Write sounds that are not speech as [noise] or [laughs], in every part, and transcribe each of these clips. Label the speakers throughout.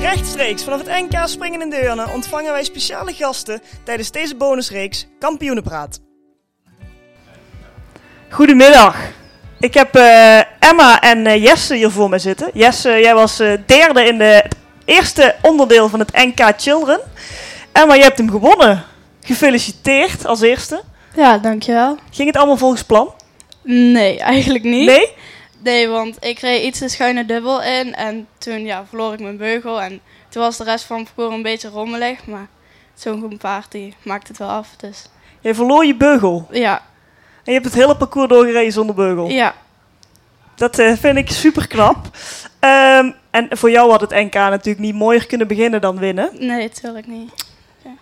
Speaker 1: Rechtstreeks vanaf het NK Springen in Deurne ontvangen wij speciale gasten tijdens deze bonusreeks Kampioenenpraat. Goedemiddag. Ik heb eh, Emma en eh, Jesse hier voor me zitten. Jesse, jij was eh, derde in de, het eerste onderdeel van het NK Children. Emma, je hebt hem gewonnen. Gefeliciteerd als eerste.
Speaker 2: Ja, dankjewel.
Speaker 1: Ging het allemaal volgens plan?
Speaker 2: Nee, eigenlijk niet.
Speaker 1: Nee?
Speaker 2: Nee, want ik reed iets de schuine dubbel in en toen ja, verloor ik mijn beugel. En toen was de rest van het parcours een beetje rommelig, maar zo'n goed paard die maakt het wel af. Dus
Speaker 1: Je verloor je beugel.
Speaker 2: ja,
Speaker 1: En je hebt het hele parcours doorgereden zonder beugel.
Speaker 2: ja,
Speaker 1: Dat eh, vind ik super knap. en voor jou had het NK natuurlijk niet mooier kunnen beginnen dan winnen.
Speaker 2: nee, natuurlijk niet.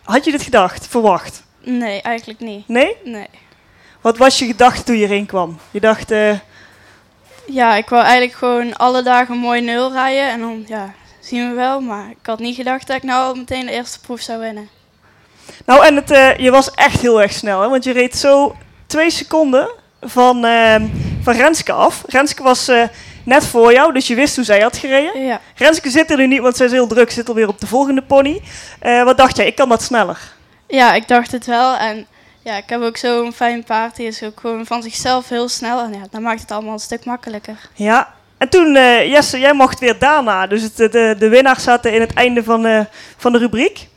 Speaker 1: Had je dit gedacht, verwacht?
Speaker 2: Nee, eigenlijk niet.
Speaker 1: Nee?
Speaker 2: Nee.
Speaker 1: Wat was je gedachte toen je erin kwam? Je dacht, eh,
Speaker 2: Ja, ik wou eigenlijk gewoon alle dagen mooi nul rijden en dan ja, zien we wel. Maar ik had niet gedacht dat ik nou meteen de eerste proef zou winnen.
Speaker 1: nou en het, eh, je was echt heel erg snel, hè? want je reed zo twee seconden van, ehm, van Renske af. Renske was eh, net voor jou, dus je wist hoe zij had gereden.
Speaker 2: Ja,
Speaker 1: Renske zit er nu niet, want zij is heel druk, zit alweer op de volgende pony. Eh, wat dacht jij, ik kan dat sneller?
Speaker 2: ja ik dacht het wel. En ja, ik heb ook zo'n fijn paard, die is ook gewoon van zichzelf heel snel. En ja, dat maakt het allemaal een stuk makkelijker.
Speaker 1: Ja. En toen, eh, Jesse, jij mocht weer daarna. Dus het, eh, de, de winnaars zaten in het einde van, eh, van de rubriek.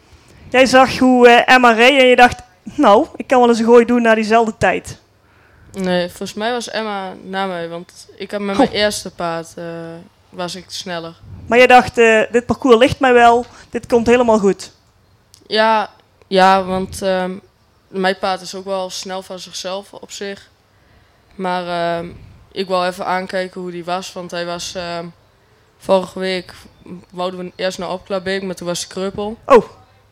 Speaker 1: Jij zag hoe eh, Emma reed en je dacht, nou, ik kan wel eens een gooi doen naar diezelfde tijd.
Speaker 3: Nee, volgens mij was Emma na mij, want ik heb met mijn eerste paard eh, was ik sneller.
Speaker 1: Maar je dacht, eh, dit parcours ligt mij wel, dit komt helemaal goed.
Speaker 3: Ja, ja want ehm, mijn paard is ook wel snel van zichzelf op zich. Maar ehm, ik wil even aankijken hoe die was, want hij was ehm, vorige week wouden we eerst naar Opklaarbeek, maar toen was hij kreupel.
Speaker 1: Oh.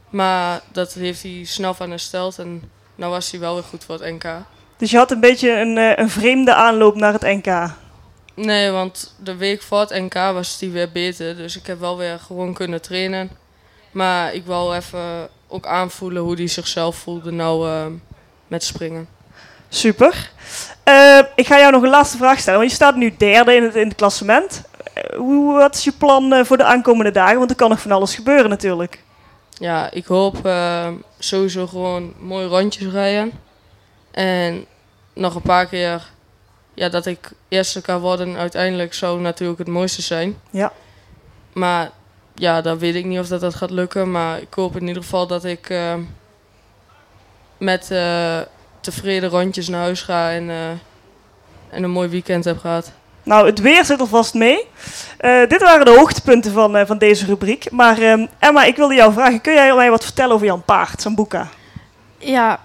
Speaker 3: Maar dat heeft hij snel van hersteld en nu was hij wel weer goed voor het NK.
Speaker 1: Dus je had een beetje een, eh, een vreemde aanloop naar het NK.
Speaker 3: Nee, want de week voor het NK was die weer beter. Dus ik heb wel weer gewoon kunnen trainen. Maar ik wou even ook aanvoelen hoe die zichzelf voelde nou eh, met springen.
Speaker 1: Super. Eh, ik ga jou nog een laatste vraag stellen, want je staat nu derde in het, in het klassement. Eh, hoe, wat is je plan eh, voor de aankomende dagen? Want er kan nog van alles gebeuren natuurlijk.
Speaker 3: Ja, ik hoop eh, sowieso gewoon mooi rondjes rijden. En nog een paar keer ja, dat ik eerste kan worden. Uiteindelijk zou natuurlijk het mooiste zijn.
Speaker 1: Ja.
Speaker 3: Maar ja, dan weet ik niet of dat, dat gaat lukken. Maar ik hoop in ieder geval dat ik eh, met eh, tevreden rondjes naar huis ga en, eh, en een mooi weekend heb gehad.
Speaker 1: Nou, het weer zit alvast mee. Eh, dit waren de hoogtepunten van, eh, van deze rubriek. Maar ehm, Emma, ik wilde jou vragen, kun jij mij wat vertellen over Jan Paard,
Speaker 2: [laughs]
Speaker 1: Sambuca?
Speaker 2: Ja,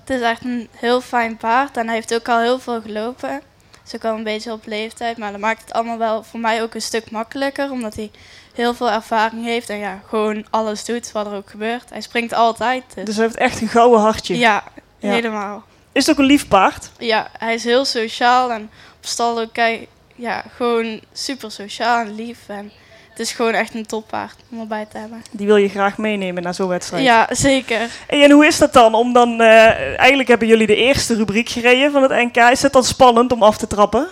Speaker 2: het is echt een heel fijn paard en hij heeft ook al heel veel gelopen. Is ook al een beetje op leeftijd, maar dat maakt het allemaal wel voor mij ook een stuk makkelijker, omdat hij heel veel ervaring heeft en ja, gewoon alles doet wat er ook gebeurt. Hij springt altijd. dus-
Speaker 1: Dus hij heeft echt een gouden hartje.
Speaker 2: ja,
Speaker 1: Ja.
Speaker 2: helemaal.
Speaker 1: Is het ook een lief paard?
Speaker 2: Ja, hij is heel sociaal en op stal ook kei- ja, gewoon super sociaal en lief. En het is gewoon echt een toppaard om erbij te hebben.
Speaker 1: Die wil je graag meenemen naar zo'n wedstrijd.
Speaker 2: Ja, zeker.
Speaker 1: Hey, en hoe is dat dan? Om dan eh, eigenlijk hebben jullie de eerste rubriek gereden van het NK. Is het dan spannend om af te trappen?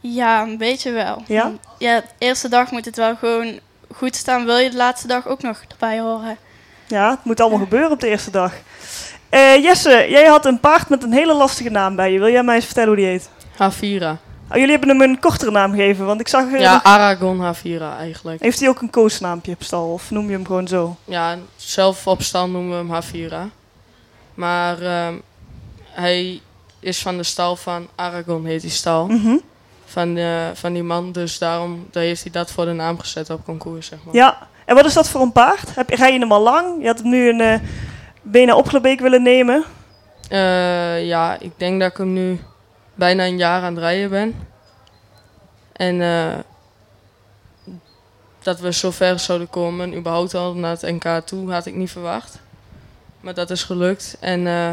Speaker 2: Ja, een beetje wel.
Speaker 1: Ja?
Speaker 2: Ja, de eerste dag moet het wel gewoon goed staan. Wil je de laatste dag ook nog erbij horen?
Speaker 1: Ja, het moet allemaal gebeuren op de eerste dag. Eh, Jesse, jij had een paard met een hele lastige naam bij je. Wil jij mij eens vertellen hoe die heet?
Speaker 3: Havira.
Speaker 1: Oh, jullie hebben hem een kortere naam gegeven, want ik zag... eh,
Speaker 3: Ja, Aragon Havira eigenlijk.
Speaker 1: Heeft hij ook een koosnaampje op stal? Of noem je hem gewoon zo?
Speaker 3: Ja, zelf op stal noemen we hem Havira. Maar ehm, hij is van de stal van Aragon, heet die stal.
Speaker 1: Mhm.
Speaker 3: Van, eh, van die man, dus daarom daar heeft hij dat voor de naam gezet op concours, zeg maar.
Speaker 1: Ja. En wat is dat voor een paard? Heb, rij je hem al lang? Je had hem nu een eh Bena Opglebeek willen nemen.
Speaker 3: Eh, ja, ik denk dat ik hem nu bijna een jaar aan het rijden ben. En eh, dat we zo ver zouden komen, überhaupt al naar het NK toe, had ik niet verwacht. Maar dat is gelukt. En eh,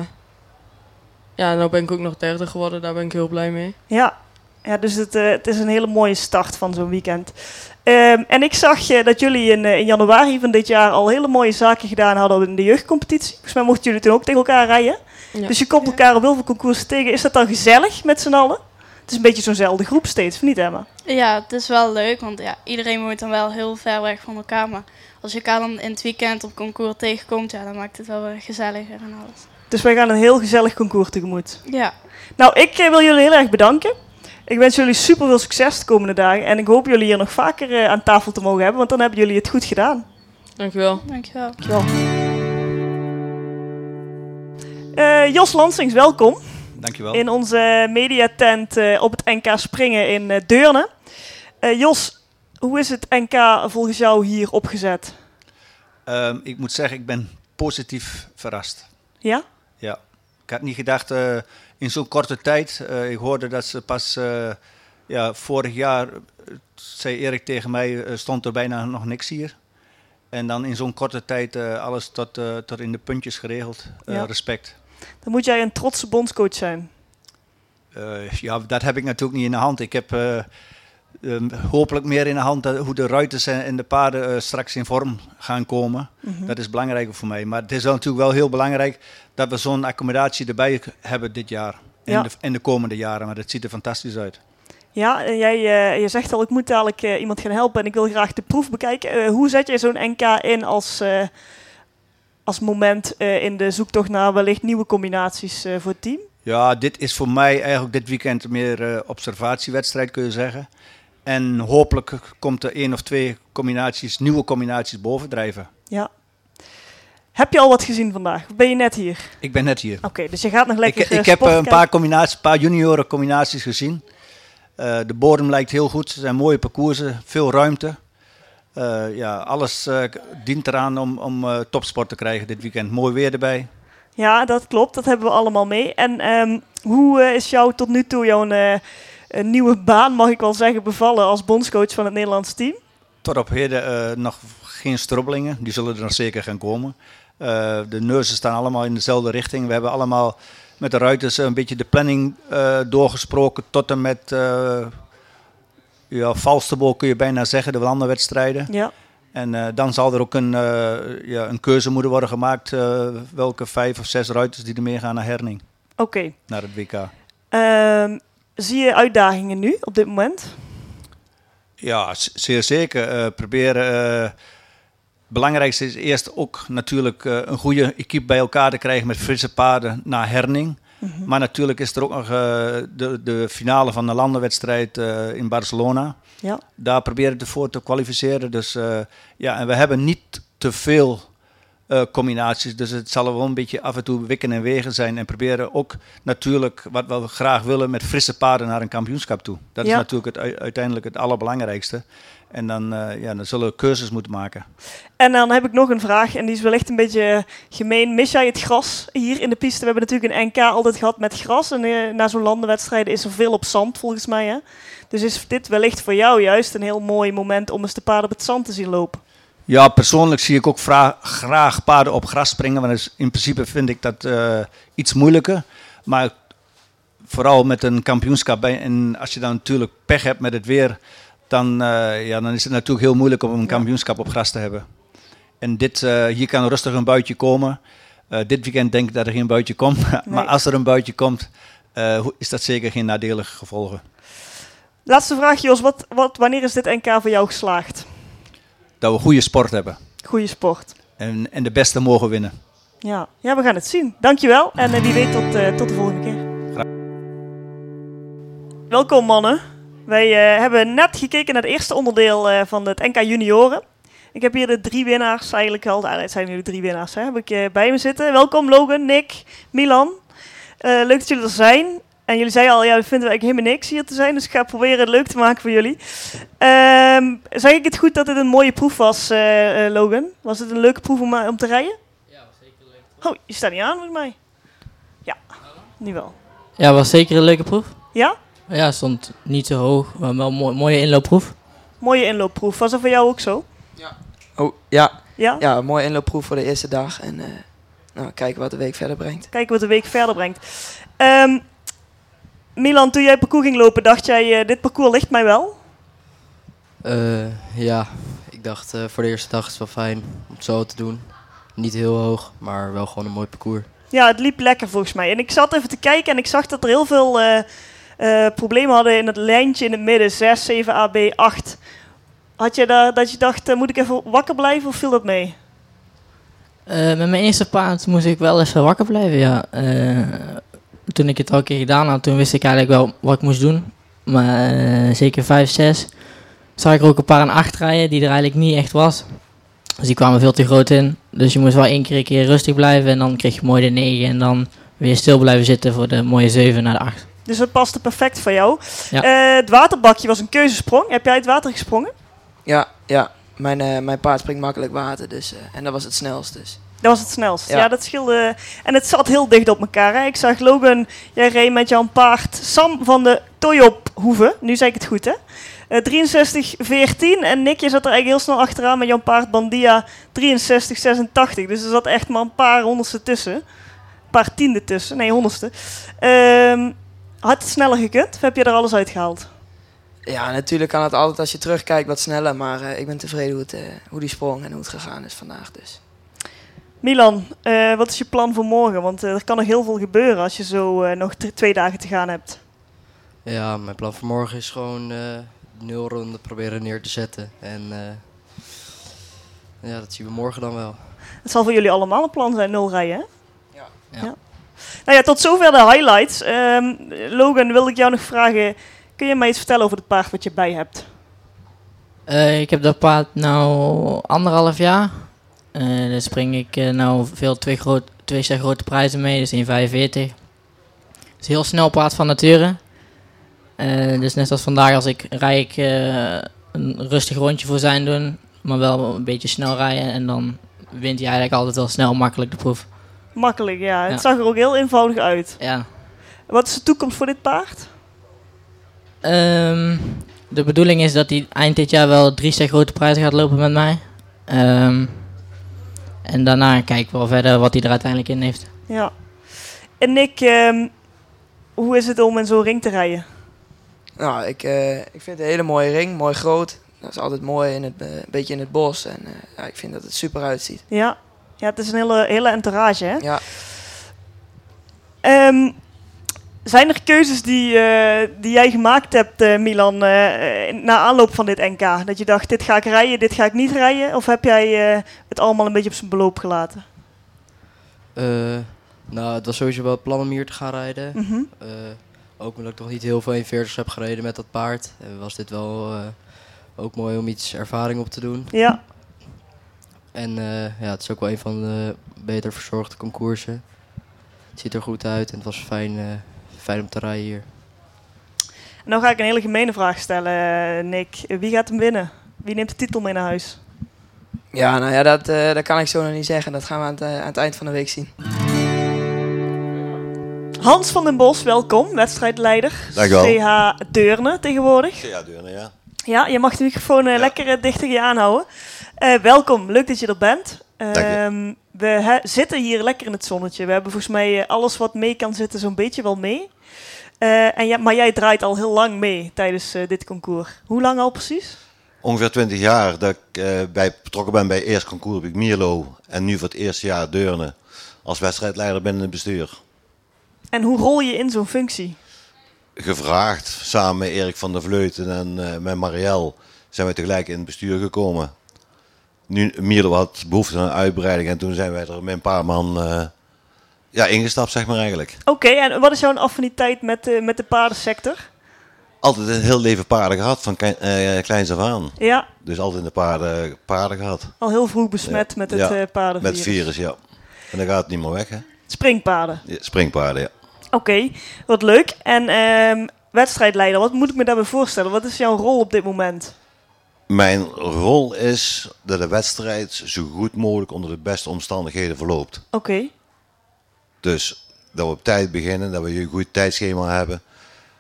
Speaker 3: ja, nu ben ik ook nog derde geworden, daar ben ik heel blij mee.
Speaker 1: Ja. Ja, dus het, eh, het is een hele mooie start van zo'n weekend. Ehm, en ik zag eh, dat jullie in, eh, in januari van dit jaar al hele mooie zaken gedaan hadden in de jeugdcompetitie. Volgens mij mochten jullie toen ook tegen elkaar rijden.
Speaker 3: Ja.
Speaker 1: Dus je komt elkaar op heel veel concoursen tegen. Is dat dan gezellig met z'n allen? Het is een beetje zo'nzelfde groep steeds, of niet Emma?
Speaker 2: Ja, het is wel leuk, want ja, iedereen woont dan wel heel ver weg van elkaar. Maar als je elkaar dan in het weekend op concours tegenkomt, ja, dan maakt het wel weer gezelliger en alles.
Speaker 1: Dus wij gaan een heel gezellig concours tegemoet.
Speaker 2: Ja,
Speaker 1: Nou, ik eh, wil jullie heel erg bedanken. Ik wens jullie super veel succes de komende dagen. En ik hoop jullie hier nog vaker eh, aan tafel te mogen hebben, want dan hebben jullie het goed gedaan.
Speaker 3: Dankjewel.
Speaker 2: dankjewel.
Speaker 1: Eh, Jos Lansings, welkom
Speaker 4: Dankjewel.
Speaker 1: in onze mediatent eh, op het NK Springen in eh, Deurne. Eh, Jos, hoe is het NK volgens jou hier opgezet?
Speaker 4: Ehm, ik moet zeggen, ik ben positief verrast.
Speaker 1: Ja?
Speaker 4: Ja. Ik had niet gedacht eh, in zo'n korte tijd. eh, ik hoorde dat ze pas eh, ja, vorig jaar, eh, zei Erik tegen mij, eh, stond er bijna nog niks hier. En dan in zo'n korte tijd eh, alles tot, eh, tot in de puntjes geregeld. Eh,
Speaker 1: Ja.
Speaker 4: Respect.
Speaker 1: Dan moet jij een trotse bondscoach zijn.
Speaker 4: Eh, ja, dat heb ik natuurlijk niet in de hand. Ik heb eh, ehm, hopelijk meer in de hand dat, hoe de ruiters en, en de paarden eh, straks in vorm gaan komen. Dat is belangrijk voor mij. Maar het is wel natuurlijk wel heel belangrijk dat we zo'n accommodatie erbij k- hebben dit jaar. En,
Speaker 1: Ja.
Speaker 4: de, en de komende jaren. Maar dat ziet er fantastisch uit.
Speaker 1: Ja, en jij eh, je zegt al, ik moet dadelijk eh, iemand gaan helpen en ik wil graag de proef bekijken. Eh, hoe zet jij zo'n NK in als, eh, als moment eh, in de zoektocht naar wellicht nieuwe combinaties eh, voor het team?
Speaker 4: Ja, dit is voor mij eigenlijk dit weekend meer eh, observatiewedstrijd, kun je zeggen. En hopelijk komt er één of twee combinaties, nieuwe combinaties bovendrijven.
Speaker 1: Ja. Heb je al wat gezien vandaag? Of Ben je net hier?
Speaker 4: Ik ben net hier.
Speaker 1: Oké, dus je gaat nog lekker
Speaker 4: Ik,
Speaker 1: eh,
Speaker 4: ik heb
Speaker 1: sport
Speaker 4: eh, een
Speaker 1: kijken.
Speaker 4: paar, combinaties, een paar junioren combinaties gezien. Eh, de bodem lijkt heel goed. Er zijn mooie parcoursen, veel ruimte. Eh, ja, alles eh, k- dient eraan om, om eh, topsport te krijgen dit weekend. Mooi weer erbij.
Speaker 1: Ja, dat klopt. Dat hebben we allemaal mee. En ehm, hoe eh, is jou tot nu toe jouw eh, eh, nieuwe baan, mag ik wel zeggen, bevallen als bondscoach van het Nederlands team?
Speaker 4: Tot op heden eh, nog geen strubbelingen. Die zullen er nog zeker gaan komen. Eh, de neuzen staan allemaal in dezelfde richting. We hebben allemaal met de ruiters een beetje de planning eh, doorgesproken. Tot en met eh ja, Valsterbo kun je bijna zeggen. De landenwedstrijden.
Speaker 1: Ja.
Speaker 4: En eh, dan zal er ook een, eh, ja, een keuze moeten worden gemaakt eh, welke vijf of zes ruiters die er mee gaan naar Herning,
Speaker 1: Oké.
Speaker 4: naar het WK.
Speaker 1: Ehm, zie je uitdagingen nu op dit moment?
Speaker 4: Ja, z- zeer zeker. Eh, proberen. eh, het belangrijkste is eerst ook natuurlijk eh, een goede equipe bij elkaar te krijgen met frisse paarden naar Herning. Maar natuurlijk is er ook nog eh, de, de finale van de landenwedstrijd eh, in Barcelona.
Speaker 1: Ja.
Speaker 4: daar proberen we voor te kwalificeren. Dus eh, ja, en we hebben niet te veel eh, combinaties. Dus het zal wel een beetje af en toe wikken en wegen zijn. En proberen ook natuurlijk wat we graag willen met frisse paarden naar een kampioenschap toe. Dat
Speaker 1: Ja.
Speaker 4: is natuurlijk het, u- uiteindelijk het allerbelangrijkste. En dan, eh, ja, dan zullen we keuzes moeten maken.
Speaker 1: En dan heb ik nog een vraag, en die is wellicht een beetje gemeen. Mis jij het gras hier in de piste? We hebben natuurlijk een NK altijd gehad met gras. En eh, na zo'n landenwedstrijden is er veel op zand, volgens mij. Hè? Dus is dit wellicht voor jou juist een heel mooi moment om eens de paarden op het zand te zien lopen?
Speaker 4: Ja, persoonlijk zie ik ook vra- graag paarden op gras springen. Want dat is- in principe vind ik dat eh, iets moeilijker. Maar vooral met een kampioenschap. bij- En als je dan natuurlijk pech hebt met het weer. Dan, eh, ja, dan is het natuurlijk heel moeilijk om een kampioenschap op gras te hebben. En dit, eh, hier kan rustig een buitje komen. Eh, dit weekend denk ik dat er geen buitje komt. [laughs] maar
Speaker 1: Nee.
Speaker 4: als er een buitje komt, eh, hoe- is dat zeker geen nadelige gevolgen.
Speaker 1: Laatste vraag, Jos. Wat, wat, wanneer is dit NK voor jou geslaagd?
Speaker 4: Dat we goede sport hebben.
Speaker 1: Goeie sport.
Speaker 4: En, en de beste mogen winnen.
Speaker 1: Ja, ja we gaan het zien. Dankjewel en eh, wie weet tot, eh, tot de volgende keer. Welkom mannen. Wij eh, hebben net gekeken naar het eerste onderdeel eh, van het NK Junioren. Ik heb hier de drie winnaars eigenlijk al. Nou, het zijn nu de drie winnaars. Hè, heb ik eh, bij me zitten. Welkom Logan, Nick, Milan. Eh, leuk dat jullie er zijn. En jullie zeiden al, ja, we vinden eigenlijk helemaal niks hier te zijn. Dus ik ga proberen het leuk te maken voor jullie. Ehm, zeg ik het goed dat dit een mooie proef was, eh, eh, Logan? Was het een leuke proef om, eh, om te rijden? Oh, je staat niet aan met mij. Ja, nu wel.
Speaker 5: Ja, was zeker een leuke proef.
Speaker 1: Ja?
Speaker 5: Ja, stond niet zo hoog, maar wel een mooi- mooie inloopproef.
Speaker 1: Mooie inloopproef. Was dat voor jou ook zo?
Speaker 6: Oh, ja.
Speaker 1: Ja?
Speaker 6: Ja, een mooie inloopproef voor de eerste dag. En eh, nou, kijken wat de week verder brengt.
Speaker 1: Kijken wat de week verder brengt. Ehm, Milan, toen jij parcours ging lopen, dacht jij, eh, dit parcours ligt mij wel?
Speaker 7: Eh, ja, ik dacht eh, voor de eerste dag is het wel fijn om het zo te doen. Niet heel hoog, maar wel gewoon een mooi parcours.
Speaker 1: Ja, het liep lekker volgens mij. En ik zat even te kijken en ik zag dat er heel veel eh, eh, problemen hadden in het lijntje in het midden, 6, 7 AB, 8. Had je daar, dat je dacht, eh, moet ik even wakker blijven of viel dat mee?
Speaker 5: Eh, met mijn eerste paard moest ik wel eens wakker blijven, ja. Eh, toen ik het al een keer gedaan had, toen wist ik eigenlijk wel wat ik moest doen. Maar eh, zeker 5, 6 zag ik er ook een paar een 8 rijden die er eigenlijk niet echt was. Dus die kwamen veel te groot in. Dus je moest wel één keer een keer rustig blijven en dan kreeg je mooi de 9 en dan weer stil blijven zitten voor de mooie 7 naar de 8.
Speaker 1: Dus dat paste perfect voor jou.
Speaker 5: Ja.
Speaker 1: Eh, het waterbakje was een keuzesprong. Heb jij het water gesprongen?
Speaker 6: Ja, ja. Mijn, eh, mijn paard springt makkelijk water, dus, eh, en dat was het snelst. Dus.
Speaker 1: Dat was het snelst. Ja.
Speaker 6: Ja.
Speaker 1: dat scheelde. En het zat heel dicht op elkaar. Hè? Ik zag Logan, jij reed met jouw paard Sam van de Toyop Hoeve. Nu zei ik het goed, hè? Eh 63, 14. En Nickje zat er eigenlijk heel snel achteraan met jouw paard Bandia 63, 86. Dus er zat echt maar een paar honderdste tussen. Een paar tiende tussen. Nee, honderdste. Ehm, had het sneller gekund? Of heb je er alles uitgehaald?
Speaker 6: Ja, natuurlijk kan het altijd als je terugkijkt wat sneller, maar eh, ik ben tevreden hoe, het, eh, hoe die sprong en hoe het gegaan is vandaag. Dus.
Speaker 1: Milan, eh, wat is je plan voor morgen? Want eh, er kan nog heel veel gebeuren als je zo eh, nog t- twee dagen te gaan hebt.
Speaker 7: Ja, mijn plan voor morgen is gewoon eh nul ronden proberen neer te zetten. En eh, ja, dat zien we morgen dan wel.
Speaker 1: Het zal voor jullie allemaal een plan zijn, nul rijden, hè?
Speaker 6: Ja.
Speaker 7: Ja.
Speaker 1: Nou ja, tot zover de highlights. Ehm, Logan, wilde ik jou nog vragen... Kun je mij iets vertellen over het paard wat je bij hebt?
Speaker 5: Eh, ik heb dat paard nu anderhalf jaar. Eh daar spring ik eh nou veel twee, groot, twee zeer grote prijzen mee, dus 1,45. Het is een heel snel paard van nature. Eh, dus net als vandaag, als ik rij ik eh, een rustig rondje voor zijn doen, maar wel een beetje snel rijden. En dan wint hij eigenlijk altijd wel snel makkelijk de proef.
Speaker 1: Makkelijk, ja. Het
Speaker 5: Ja.
Speaker 1: zag er ook heel eenvoudig uit.
Speaker 5: Ja.
Speaker 1: Wat is de toekomst voor dit paard?
Speaker 5: Ehm, de bedoeling is dat hij eind dit jaar wel drie zeer grote prijzen gaat lopen met mij. Ehm, en daarna kijken we wel verder wat hij er uiteindelijk in heeft.
Speaker 1: Ja. En Nick, ehm, hoe is het om in zo'n ring te rijden?
Speaker 6: Nou, ik, eh, ik vind het een hele mooie ring, mooi groot. Dat is altijd mooi, in het, eh, een beetje in het bos. En eh, ja, ik vind dat het super uitziet.
Speaker 1: Ja, ja het is een hele, hele entourage, hè?
Speaker 6: Ja,
Speaker 1: Ehm, zijn er keuzes die, eh, die jij gemaakt hebt, eh, Milan, eh, na aanloop van dit NK? Dat je dacht, dit ga ik rijden, dit ga ik niet rijden? Of heb jij eh, het allemaal een beetje op zijn beloop gelaten?
Speaker 7: Eh, nou, het was sowieso wel het plan om hier te gaan rijden.
Speaker 1: Mhm.
Speaker 7: Eh, ook omdat ik nog niet heel veel 41 heb gereden met dat paard, eh, was dit wel eh, ook mooi om iets ervaring op te doen.
Speaker 1: Ja,
Speaker 7: En eh, ja, het is ook wel een van de beter verzorgde concoursen. Het ziet er goed uit en het was fijn, eh, fijn om te rijden hier.
Speaker 1: en dan ga ik een hele gemene vraag stellen, eh, Nick. Wie gaat hem winnen? Wie neemt de titel mee naar huis?
Speaker 6: ja nou ja, dat, eh, dat kan ik zo nog niet zeggen. Dat gaan we aan het, eh, aan het eind van de week zien.
Speaker 1: Hans van den Bos, welkom, wedstrijdleider.
Speaker 8: Dankjewel.
Speaker 1: CH Deurne tegenwoordig.
Speaker 8: Ja, Deurne, ja.
Speaker 1: Ja, je mag de microfoon eh,
Speaker 8: Ja.
Speaker 1: lekker eh, dicht tegen je aanhouden. Eh, welkom, leuk dat je er bent.
Speaker 8: je.
Speaker 1: Ehm, we he- zitten hier lekker in het zonnetje. We hebben volgens mij eh, alles wat mee kan zitten zo'n beetje wel mee. Eh, en ja, maar jij draait al heel lang mee tijdens eh, dit concours. Hoe lang al precies?
Speaker 8: Ongeveer 20 jaar dat ik eh, bij, betrokken ben bij eerst concours op ik Mierlo. En nu voor het eerste jaar Deurne. Als wedstrijdleider binnen het bestuur.
Speaker 1: En hoe rol je in zo'n functie?
Speaker 8: Gevraagd, samen met Erik van der Vleuten en eh, met Marielle zijn we tegelijk in het bestuur gekomen. Nu, Mierlo had behoefte aan een uitbreiding en toen zijn wij er met een paar man eh, ja, ingestapt, zeg maar eigenlijk.
Speaker 1: Oké, en wat is jouw affiniteit met, eh, met de paardensector?
Speaker 8: Altijd een heel leven paarden gehad, van klein- eh, kleins af aan.
Speaker 1: Ja,
Speaker 8: Dus altijd in de paarden, paarden gehad.
Speaker 1: al heel vroeg besmet met het
Speaker 8: Ja,
Speaker 1: eh paardenvirus.
Speaker 8: Met het virus, ja. En dan gaat het niet meer weg, hè?
Speaker 1: Springpaarden.
Speaker 8: Ja, Springpaarden, ja.
Speaker 1: Oké, wat leuk. En ehm, wedstrijdleider, wat moet ik me daarbij voorstellen? Wat is jouw rol op dit moment?
Speaker 8: Mijn rol is dat de wedstrijd zo goed mogelijk onder de beste omstandigheden verloopt.
Speaker 1: Oké,
Speaker 8: Dus dat we op tijd beginnen, dat we een goed tijdschema hebben.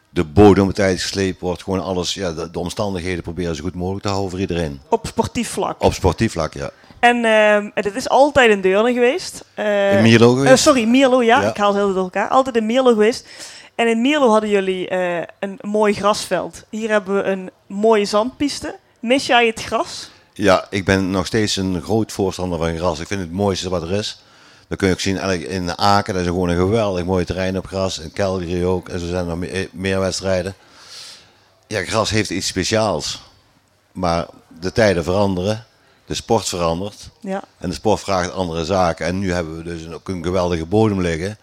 Speaker 8: De bodem op tijd geslepen wordt, gewoon alles. Ja, de, de omstandigheden proberen zo goed mogelijk te houden voor iedereen.
Speaker 1: op sportief vlak.
Speaker 8: Op sportief vlak, ja.
Speaker 1: En ehm, dit is altijd in Deurne geweest. Eh,
Speaker 8: In Mierlo geweest?
Speaker 1: eh, sorry, Mierlo, ja.
Speaker 8: Ja.
Speaker 1: Ik haal het heel door elkaar. Altijd in Mierlo geweest. En in Mierlo hadden jullie eh, een mooi grasveld. Hier hebben we een mooie zandpiste. Mis jij het gras?
Speaker 8: Ja, ik ben nog steeds een groot voorstander van gras. Ik vind het het mooiste wat er is. Dan kun je ook zien, eigenlijk in Aken, dat is gewoon een geweldig mooi terrein op gras. In Calgary ook, en zo zijn er me- eh, meer wedstrijden. Ja, gras heeft iets speciaals. Maar de tijden veranderen, de sport verandert.
Speaker 1: Ja.
Speaker 8: En de sport vraagt andere zaken. En nu hebben we dus een- ook een geweldige bodem liggen.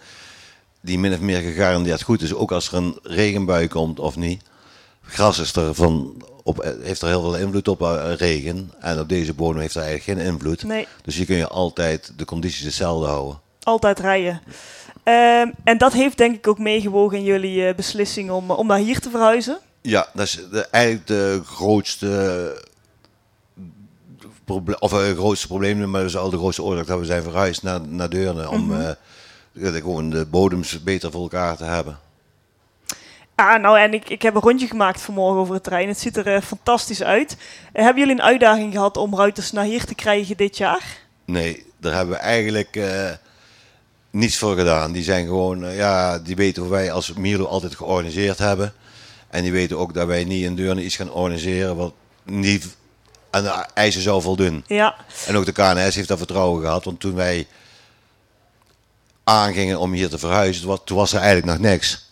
Speaker 8: Die min of meer gegarandeerd goed is. Ook als er een regenbui komt of niet. Gras is er van, op, heeft er heel veel invloed op eh, regen. En op deze bodem heeft er eigenlijk geen invloed.
Speaker 1: Nee,
Speaker 8: Dus hier kun je altijd de condities hetzelfde houden.
Speaker 1: altijd rijden. Ehm, en dat heeft denk ik ook meegewogen in jullie eh, beslissing om, eh, om naar hier te verhuizen.
Speaker 8: Ja, dat is de, eigenlijk de grootste, proble- of, eh, grootste probleem, maar dat is al de grootste oorzaak dat we zijn verhuisd naar, naar Deurne. Om eh, de- gewoon de bodems beter voor elkaar te hebben.
Speaker 1: Ah, nou, en ik, ik heb een rondje gemaakt vanmorgen over het terrein. Het ziet er eh, fantastisch uit. Eh, hebben jullie een uitdaging gehad om ruiters naar hier te krijgen dit jaar?
Speaker 8: Nee, daar hebben we eigenlijk eh, niets voor gedaan. Die zijn gewoon, eh, ja, die weten hoe wij als Milo altijd georganiseerd hebben. En die weten ook dat wij niet in Deurne iets gaan organiseren wat niet aan de eisen zou voldoen.
Speaker 1: Ja,
Speaker 8: En ook de KNS heeft daar vertrouwen gehad. Want toen wij aangingen om hier te verhuizen, toen was- toen was er eigenlijk nog niks.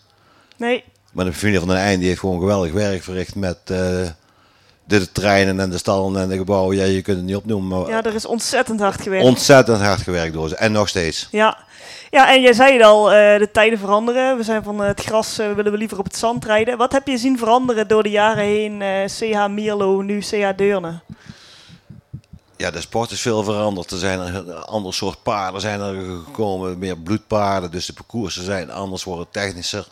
Speaker 1: nee,
Speaker 8: Maar de familie van den Eind die heeft gewoon geweldig werk verricht met eh, de treinen en de stallen en de gebouwen. Ja, je kunt het niet opnoemen, maar
Speaker 1: ja, er is ontzettend hard gewerkt.
Speaker 8: ontzettend hard gewerkt door ze. En nog steeds.
Speaker 1: Ja. ja, en jij zei het al, eh, de tijden veranderen. We zijn van eh, het gras, eh, willen we liever op het zand rijden. Wat heb je zien veranderen door de jaren heen? eh, CH Mierlo, nu CH Deurne.
Speaker 8: Ja, de sport is veel veranderd. Er zijn er een ander soort paarden zijn er gekomen, meer bloedpaarden. Dus de parcoursen zijn anders, worden technischer.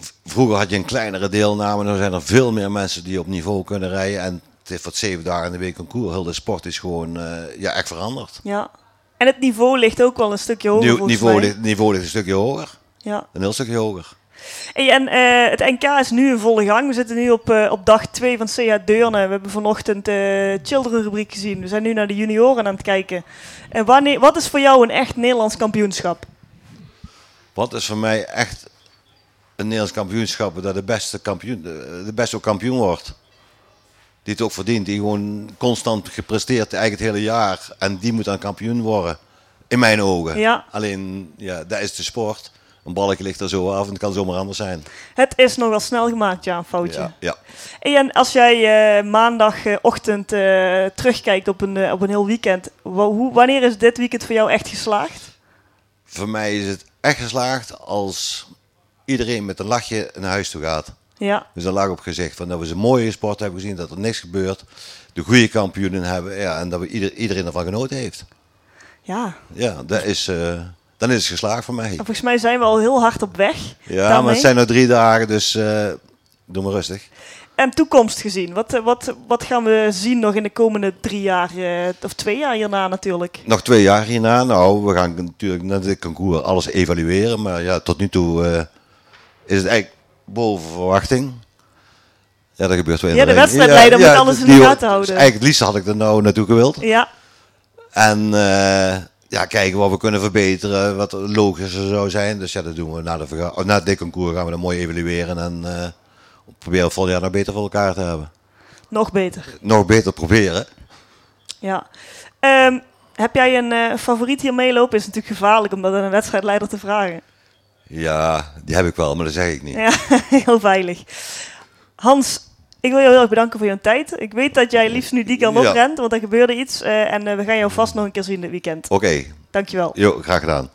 Speaker 8: V- Vroeger had je een kleinere deelname. Nu zijn er veel meer mensen die op niveau kunnen rijden. En het heeft wat zeven dagen in de week een koer. Heel de sport is gewoon eh, ja, echt veranderd.
Speaker 1: Ja. En het niveau ligt ook wel een stukje hoger.
Speaker 8: Nieu-
Speaker 1: volgens
Speaker 8: niveau,
Speaker 1: mij.
Speaker 8: ligt, niveau ligt een stukje hoger.
Speaker 1: Ja.
Speaker 8: Een heel stukje hoger.
Speaker 1: Hey, en eh, het NK is nu in volle gang. We zitten nu op, eh, op dag 2 van CH Deurne. We hebben vanochtend de children-rubriek gezien. We zijn nu naar de junioren aan het kijken. En wanneer, wat is voor jou een echt Nederlands kampioenschap?
Speaker 8: Wat is voor mij echt een Nederlands kampioenschap dat de beste, kampioen, de de beste ook kampioen wordt? Die het ook verdient, die gewoon constant gepresteerd eigenlijk het hele jaar. En die moet dan kampioen worden, in mijn ogen.
Speaker 1: Ja.
Speaker 8: Alleen, ja, dat is de sport. Een balkje ligt er zo af en het kan zomaar anders zijn.
Speaker 1: Het is nogal snel gemaakt, ja, een foutje.
Speaker 8: Ja, ja.
Speaker 1: Hey, en als jij eh, maandagochtend eh, terugkijkt op een, eh, op een heel weekend, wa- hoe, wanneer is dit weekend voor jou echt geslaagd?
Speaker 8: Voor mij is het echt geslaagd als iedereen met een lachje naar huis toe gaat.
Speaker 1: Ja,
Speaker 8: Dus daar lag op gezegd van dat we een mooie sport hebben gezien, dat er niks gebeurt. De goede kampioenen hebben ja, en dat we ieder, iedereen ervan genoten heeft.
Speaker 1: ja.
Speaker 8: Ja, dat is, eh, dan is het geslaagd voor mij.
Speaker 1: En volgens mij zijn we al heel hard op weg.
Speaker 8: Ja, maar
Speaker 1: daarmee.
Speaker 8: het zijn nog drie dagen, dus eh, doe maar rustig.
Speaker 1: En toekomst gezien, wat, eh, wat, wat gaan we zien nog in de komende drie jaar, eh, of twee jaar hierna natuurlijk?
Speaker 8: Nog twee jaar hierna, nou, we gaan natuurlijk na dit concours alles evalueren. Maar ja, tot nu toe eh, is het eigenlijk boven verwachting. Ja, dat gebeurt wel in
Speaker 1: Ja, de
Speaker 8: ring.
Speaker 1: wedstrijdleider moet alles in de
Speaker 8: die-
Speaker 1: gaten houden.
Speaker 8: Dus eigenlijk het liefst had ik er nou naartoe gewild.
Speaker 1: Ja,
Speaker 8: En eh, ja, kijken wat we kunnen verbeteren, wat logischer zou zijn. Dus ja, dat doen we na, de verga- of na dit concours gaan we dat mooi evalueren. En eh proberen het volgend jaar nog beter voor elkaar te hebben.
Speaker 1: nog beter.
Speaker 8: Nog beter proberen.
Speaker 1: Ja. Ehm, heb jij een eh, favoriet hier meelopen? Is natuurlijk gevaarlijk om dat aan een wedstrijdleider te vragen.
Speaker 8: Ja, die heb ik wel, maar dat zeg ik niet.
Speaker 1: Ja, [laughs] heel veilig. Hans, ik wil jou heel erg bedanken voor jouw tijd. Ik weet dat jij liefst nu die kant
Speaker 8: Ja.
Speaker 1: oprent, want er gebeurde iets. eh, en eh, we gaan jou vast nog een keer zien dit weekend.
Speaker 8: Oké,
Speaker 1: Dankjewel.
Speaker 8: jo, graag gedaan.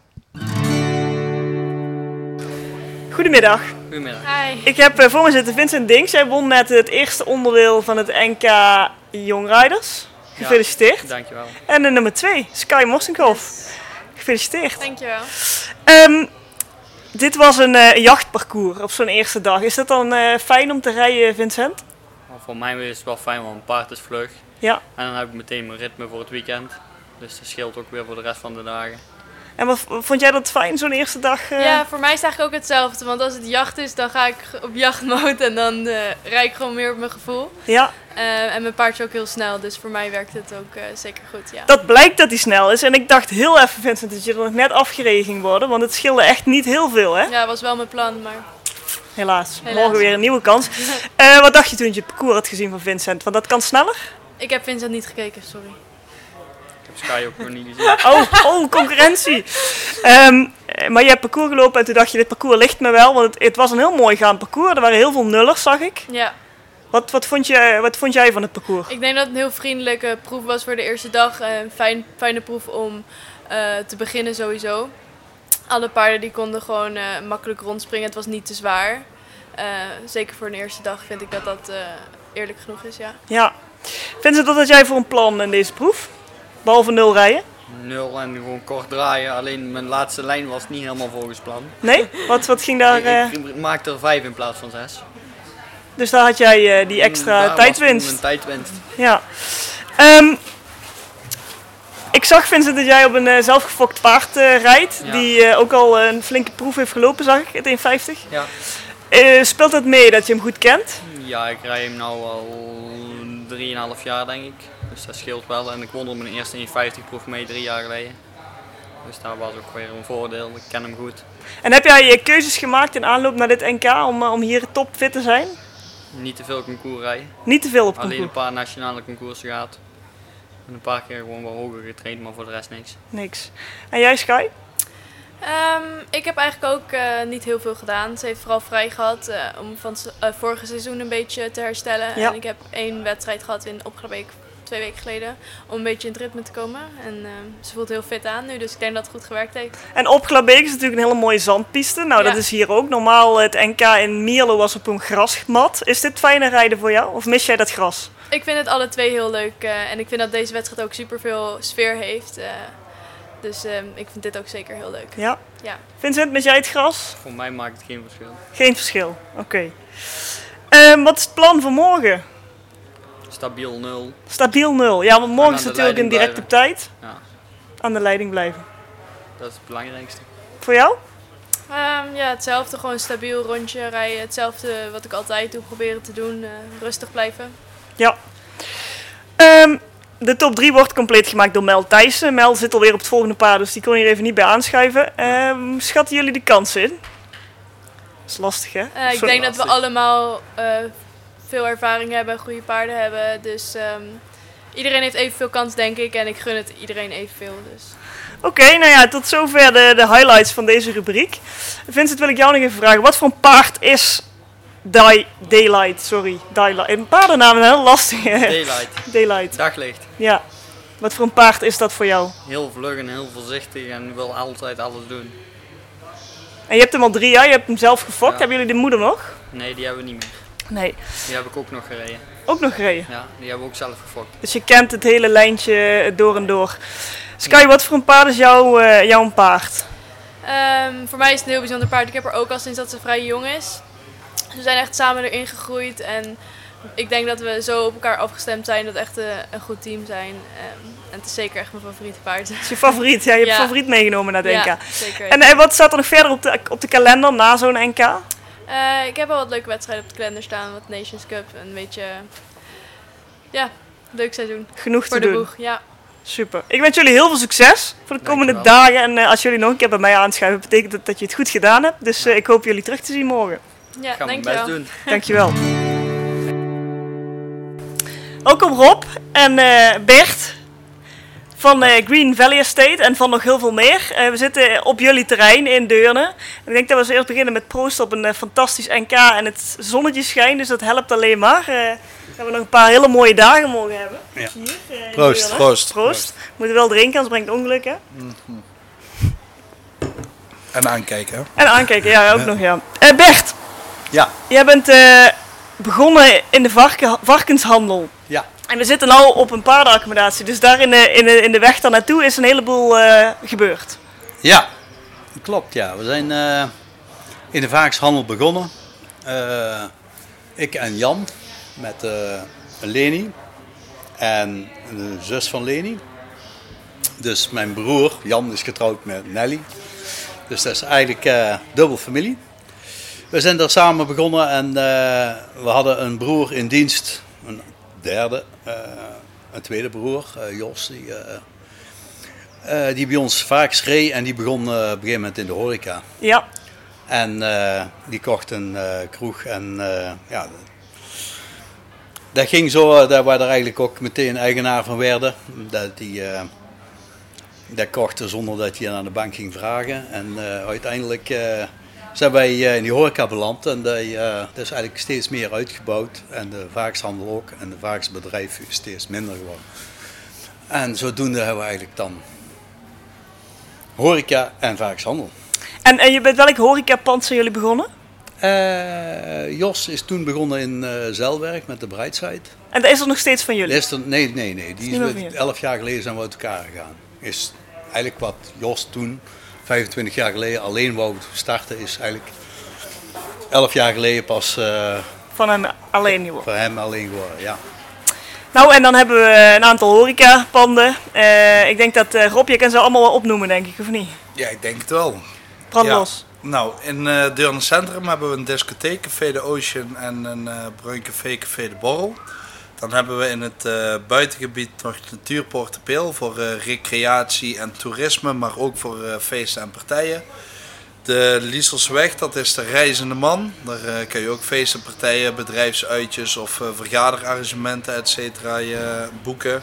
Speaker 1: Goedemiddag.
Speaker 5: Goedemiddag.
Speaker 1: Ik heb eh, voor me zitten Vincent Dings. Jij won net het eerste onderdeel van het NK Jongrijders. Gefeliciteerd.
Speaker 5: Dankjewel.
Speaker 1: En de nummer twee, Sky Morsenkopf. Gefeliciteerd.
Speaker 9: Dankjewel.
Speaker 1: Ehm, dit was een eh, jachtparcours op zo'n eerste dag. Is dat dan eh, fijn om te rijden, Vincent?
Speaker 10: Maar voor mij is het wel fijn, want een paard is vlug.
Speaker 1: Ja.
Speaker 10: En dan heb ik meteen mijn ritme voor het weekend. Dus dat scheelt ook weer voor de rest van de dagen.
Speaker 1: En wat, vond jij dat fijn, zo'n eerste dag? eh?
Speaker 9: Ja, voor mij is het eigenlijk ook hetzelfde. Want als het jacht is, dan ga ik op jachtmode en dan eh rijd ik gewoon meer op mijn gevoel.
Speaker 1: ja.
Speaker 9: Eh, en mijn paard is ook heel snel, dus voor mij werkt het ook eh, zeker goed, ja.
Speaker 1: Dat blijkt dat hij snel is. En ik dacht heel even, Vincent, dat je er nog net afgereden ging worden. Want het scheelde echt niet heel veel, hè?
Speaker 9: Ja, was wel mijn plan, maar
Speaker 1: Helaas.
Speaker 9: Helaas.
Speaker 1: Morgen weer een nieuwe kans. Eh, wat dacht je toen je het parcours had gezien van Vincent? Want dat kan sneller.
Speaker 9: ik heb Vincent niet gekeken, sorry.
Speaker 10: heb Sky ook nog niet
Speaker 1: [laughs]
Speaker 10: gezien.
Speaker 1: Oh, oh concurrentie. Ehm, maar je hebt parcours gelopen en toen dacht je, dit parcours ligt me wel. Want het, het was een heel mooi gaand parcours. Er waren heel veel nullers, zag ik.
Speaker 9: Ja.
Speaker 1: Wat, wat, vond, je, wat vond jij van het parcours?
Speaker 9: Ik denk dat het een heel vriendelijke proef was voor de eerste dag. eh, Een fijn, fijne proef om eh, te beginnen sowieso. Alle paarden die konden gewoon eh, makkelijk rondspringen. Het was niet te zwaar. Eh, zeker voor een eerste dag vind ik dat dat eh, eerlijk genoeg is, ja.
Speaker 1: Ja. Vincent, wat had jij voor een plan in deze proef? Behalve nul rijden?
Speaker 10: Nul en gewoon kort draaien. Alleen mijn laatste lijn was niet helemaal volgens plan.
Speaker 1: Nee? Wat, wat ging daar...
Speaker 10: Ik-
Speaker 1: eh,
Speaker 10: ik, maakte er vijf in plaats van zes.
Speaker 1: dus daar had jij eh, die extra
Speaker 10: Daar was
Speaker 1: tijdwinst.
Speaker 10: Mijn tijdwinst.
Speaker 1: Ja. Ehm, ik zag, Vincent, dat jij op een eh, zelfgefokt paard eh, rijdt.
Speaker 10: Ja.
Speaker 1: Die eh, ook al een flinke proef heeft gelopen, zag ik, het 150.
Speaker 10: Ja.
Speaker 1: Eh, speelt dat mee dat je hem goed kent?
Speaker 10: Ja, ik rij hem nu al 3,5 jaar denk ik. Dus dat scheelt wel. En ik won op mijn eerste 150 proef mee drie jaar geleden. Dus daar was ook weer een voordeel. Ik ken hem goed.
Speaker 1: En heb jij eh, keuzes gemaakt in aanloop naar dit NK om, eh, om hier topfit te zijn?
Speaker 10: Niet te veel concours rijden.
Speaker 1: Niet te veel op
Speaker 10: Alleen een
Speaker 1: concours.
Speaker 10: paar nationale concoursen gehad. En een paar keer gewoon wat hoger getraind, maar voor de rest niks.
Speaker 1: Niks. En jij, Sky?
Speaker 9: Ehm, ik heb eigenlijk ook eh, niet heel veel gedaan. Ze heeft vooral vrij gehad eh, om van het se- eh, vorige seizoen een beetje te herstellen.
Speaker 1: Ja.
Speaker 9: En ik heb één wedstrijd gehad in opgelopen week, twee weken geleden, om een beetje in het ritme te komen. En ehm, ze voelt heel fit aan nu, dus ik denk dat het goed gewerkt heeft.
Speaker 1: En op Glabeek is natuurlijk een hele mooie zandpiste. Nou, dat
Speaker 9: Ja.
Speaker 1: is hier ook. Normaal eh, het NK in Mierlo was op een grasmat. Is dit fijner rijden voor jou? Of mis jij dat gras?
Speaker 9: Ik vind het alle twee heel leuk eh, en ik vind dat deze wedstrijd ook superveel sfeer heeft. eh, dus ehm, ik vind dit ook zeker heel leuk.
Speaker 1: Ja.
Speaker 9: Ja.
Speaker 1: Vincent, mis jij het gras?
Speaker 10: Voor mij maakt het geen verschil.
Speaker 1: Geen verschil. Oké. Ehm, wat is het plan voor morgen?
Speaker 10: Stabiel nul.
Speaker 1: Stabiel nul. Ja, want morgen
Speaker 10: aan
Speaker 1: is
Speaker 10: de
Speaker 1: natuurlijk een
Speaker 10: leiding
Speaker 1: directe tijd.
Speaker 10: Ja.
Speaker 1: Aan de leiding blijven.
Speaker 10: Dat is het
Speaker 1: [laughs]
Speaker 10: belangrijkste.
Speaker 1: Voor jou?
Speaker 9: Ehm, ja, hetzelfde, gewoon stabiel rondje rijden. Hetzelfde wat ik altijd doe, proberen te doen. eh, rustig blijven.
Speaker 1: Ja. Ehm, de top 3 wordt compleet gemaakt door Mel Thijssen. Mel zit alweer op het volgende paard, dus die kon je er even niet bij aanschuiven. Ehm, schatten jullie de kansen in? Dat is lastig, hè?
Speaker 9: Eh, ik
Speaker 1: Sorry.
Speaker 9: denk dat we allemaal eh, veel ervaring hebben, goede paarden hebben. Dus ehm, iedereen heeft evenveel kans, denk ik. En ik gun het iedereen evenveel. Dus.
Speaker 1: Oké, nou ja, tot zover de, de highlights van deze rubriek. Vincent, wil ik jou nog even vragen. Wat voor een paard is Day, Daylight? Sorry, Daylight. Een paardennaam is heel lastig. [laughs] hè?
Speaker 10: Daylight.
Speaker 1: Daylight.
Speaker 10: Daglicht.
Speaker 1: Ja. Wat voor een paard is dat voor jou?
Speaker 10: Heel vlug en heel voorzichtig en wil altijd alles doen.
Speaker 1: En je hebt hem al drie jaar, je hebt hem zelf gefokt.
Speaker 10: Ja.
Speaker 1: Hebben jullie de moeder nog?
Speaker 10: Nee, die hebben we niet meer.
Speaker 1: Nee.
Speaker 10: Die heb ik ook nog gereden.
Speaker 1: Ook nog gereden?
Speaker 10: Ja, die hebben we ook zelf gefokt.
Speaker 1: Dus je kent het hele lijntje door en door. Sky, wat voor een paard is jouw, eh, jouw paard?
Speaker 9: Ehm, voor mij is het een heel bijzonder paard. Ik heb haar ook al sinds dat ze vrij jong is. We zijn echt samen erin gegroeid. En ik denk dat we zo op elkaar afgestemd zijn. Dat we echt eh, een goed team zijn. Ehm, en het is zeker echt mijn favoriete paard. Het
Speaker 1: is je favoriet? Ja, je
Speaker 9: [laughs]
Speaker 1: hebt favoriet meegenomen naar de
Speaker 9: Ja,
Speaker 1: NK.
Speaker 9: zeker
Speaker 1: En eh, wat staat er nog verder op de, op de kalender na zo'n NK?
Speaker 9: Eh, ik heb al wat leuke wedstrijden op de kalender staan. Wat Nations Cup. en Een beetje... Ja, leuk seizoen.
Speaker 1: Genoeg te
Speaker 9: Voor de
Speaker 1: doen.
Speaker 9: boeg, ja.
Speaker 1: Super. Ik wens jullie heel veel succes voor de komende dagen. En eh, als jullie nog een keer bij mij aanschuiven, betekent dat dat je het goed gedaan hebt. Dus eh, ik hoop jullie terug te zien morgen.
Speaker 9: Ja,
Speaker 10: Gaan we mijn
Speaker 9: dankjewel.
Speaker 10: best doen.
Speaker 1: Dankjewel. Ook om Rob en eh, Bert van eh, Green Valley Estate en van nog heel veel meer. Eh, we zitten op jullie terrein in Deurne. Ik denk dat we zo eerst beginnen met proosten op een eh, fantastisch NK en het zonnetje schijnt, dus dat helpt alleen maar. eh, dat we nog een paar hele mooie dagen mogen hebben.
Speaker 8: Ja.
Speaker 1: Hier, eh, in
Speaker 8: Proost,
Speaker 1: Deurne.
Speaker 8: proost.
Speaker 1: Proost. Moeten wel drinken, anders brengt het ongeluk, hè?
Speaker 11: Mhm. En aankijken. hè?
Speaker 1: En aankijken, ja, ook
Speaker 11: Ja.
Speaker 1: nog, ja. Eh, Bert,
Speaker 11: Ja.
Speaker 1: jij bent eh, begonnen in de varken, varkenshandel.
Speaker 11: Ja.
Speaker 1: En we zitten nu op een paardenaccommodatie, dus daar in de, in de, in de weg daar naartoe is een heleboel eh, gebeurd.
Speaker 11: Ja, klopt. Ja. We zijn eh, in de varkenshandel begonnen. Eh, ik en Jan met eh Leni en de zus van Leni. Dus mijn broer Jan is getrouwd met Nelly. Dus dat is eigenlijk eh, dubbel familie. We zijn daar samen begonnen en eh, we hadden een broer in dienst. Een derde, eh, een tweede broer, eh, Jos. Die, eh, eh, die bij ons vaak schreef en die begon eh, op een gegeven moment in de horeca.
Speaker 1: Ja.
Speaker 11: En eh, die kocht een eh, kroeg en eh, ja, dat ging zo, eh, dat we er eigenlijk ook meteen eigenaar van werden. Dat die, eh, Dat kochten zonder dat je aan de bank ging vragen. En eh, uiteindelijk eh, zijn wij eh, in die horeca beland. En die, eh, dat is eigenlijk steeds meer uitgebouwd. En de vaagshandel ook. En de vaagsbedrijf is steeds minder geworden. En zodoende hebben we eigenlijk dan horeca en vaagshandel.
Speaker 1: En, en je bent welk horecapand zijn jullie begonnen?
Speaker 11: Eh, Jos is toen begonnen in eh zeilwerk met de Brightside.
Speaker 1: En dat is er nog steeds van jullie?
Speaker 11: Is er- nee, nee, nee.
Speaker 1: niet
Speaker 11: Die is
Speaker 1: meer
Speaker 11: met
Speaker 1: van jullie.
Speaker 11: elf jaar geleden zijn we uit elkaar gegaan. Is eigenlijk wat Jos toen, 25 jaar geleden, alleen wou starten, is eigenlijk elf jaar geleden pas eh,
Speaker 1: Van hem alleen geworden.
Speaker 11: voor hem alleen geworden. Ja.
Speaker 1: Nou, en dan hebben we een aantal horecapanden. Eh ik denk dat eh Rob, je kan ze allemaal wel opnoemen, denk ik, of niet?
Speaker 12: Ja, ik denk het wel.
Speaker 1: Brand
Speaker 12: Ja.
Speaker 1: los.
Speaker 12: Nou, in eh Deurne Centrum hebben we een discotheek, Café de Ocean en een eh bruincafé, Café de Borrel. Dan hebben we in het eh, buitengebied nog het Natuurpoort de Peel voor eh, recreatie en toerisme, maar ook voor eh, feesten en partijen. De Lieselsweg, dat is de reizende man. Daar eh, kun je ook feesten, partijen, bedrijfsuitjes of eh, vergaderarrangementen, et cetera, je boeken.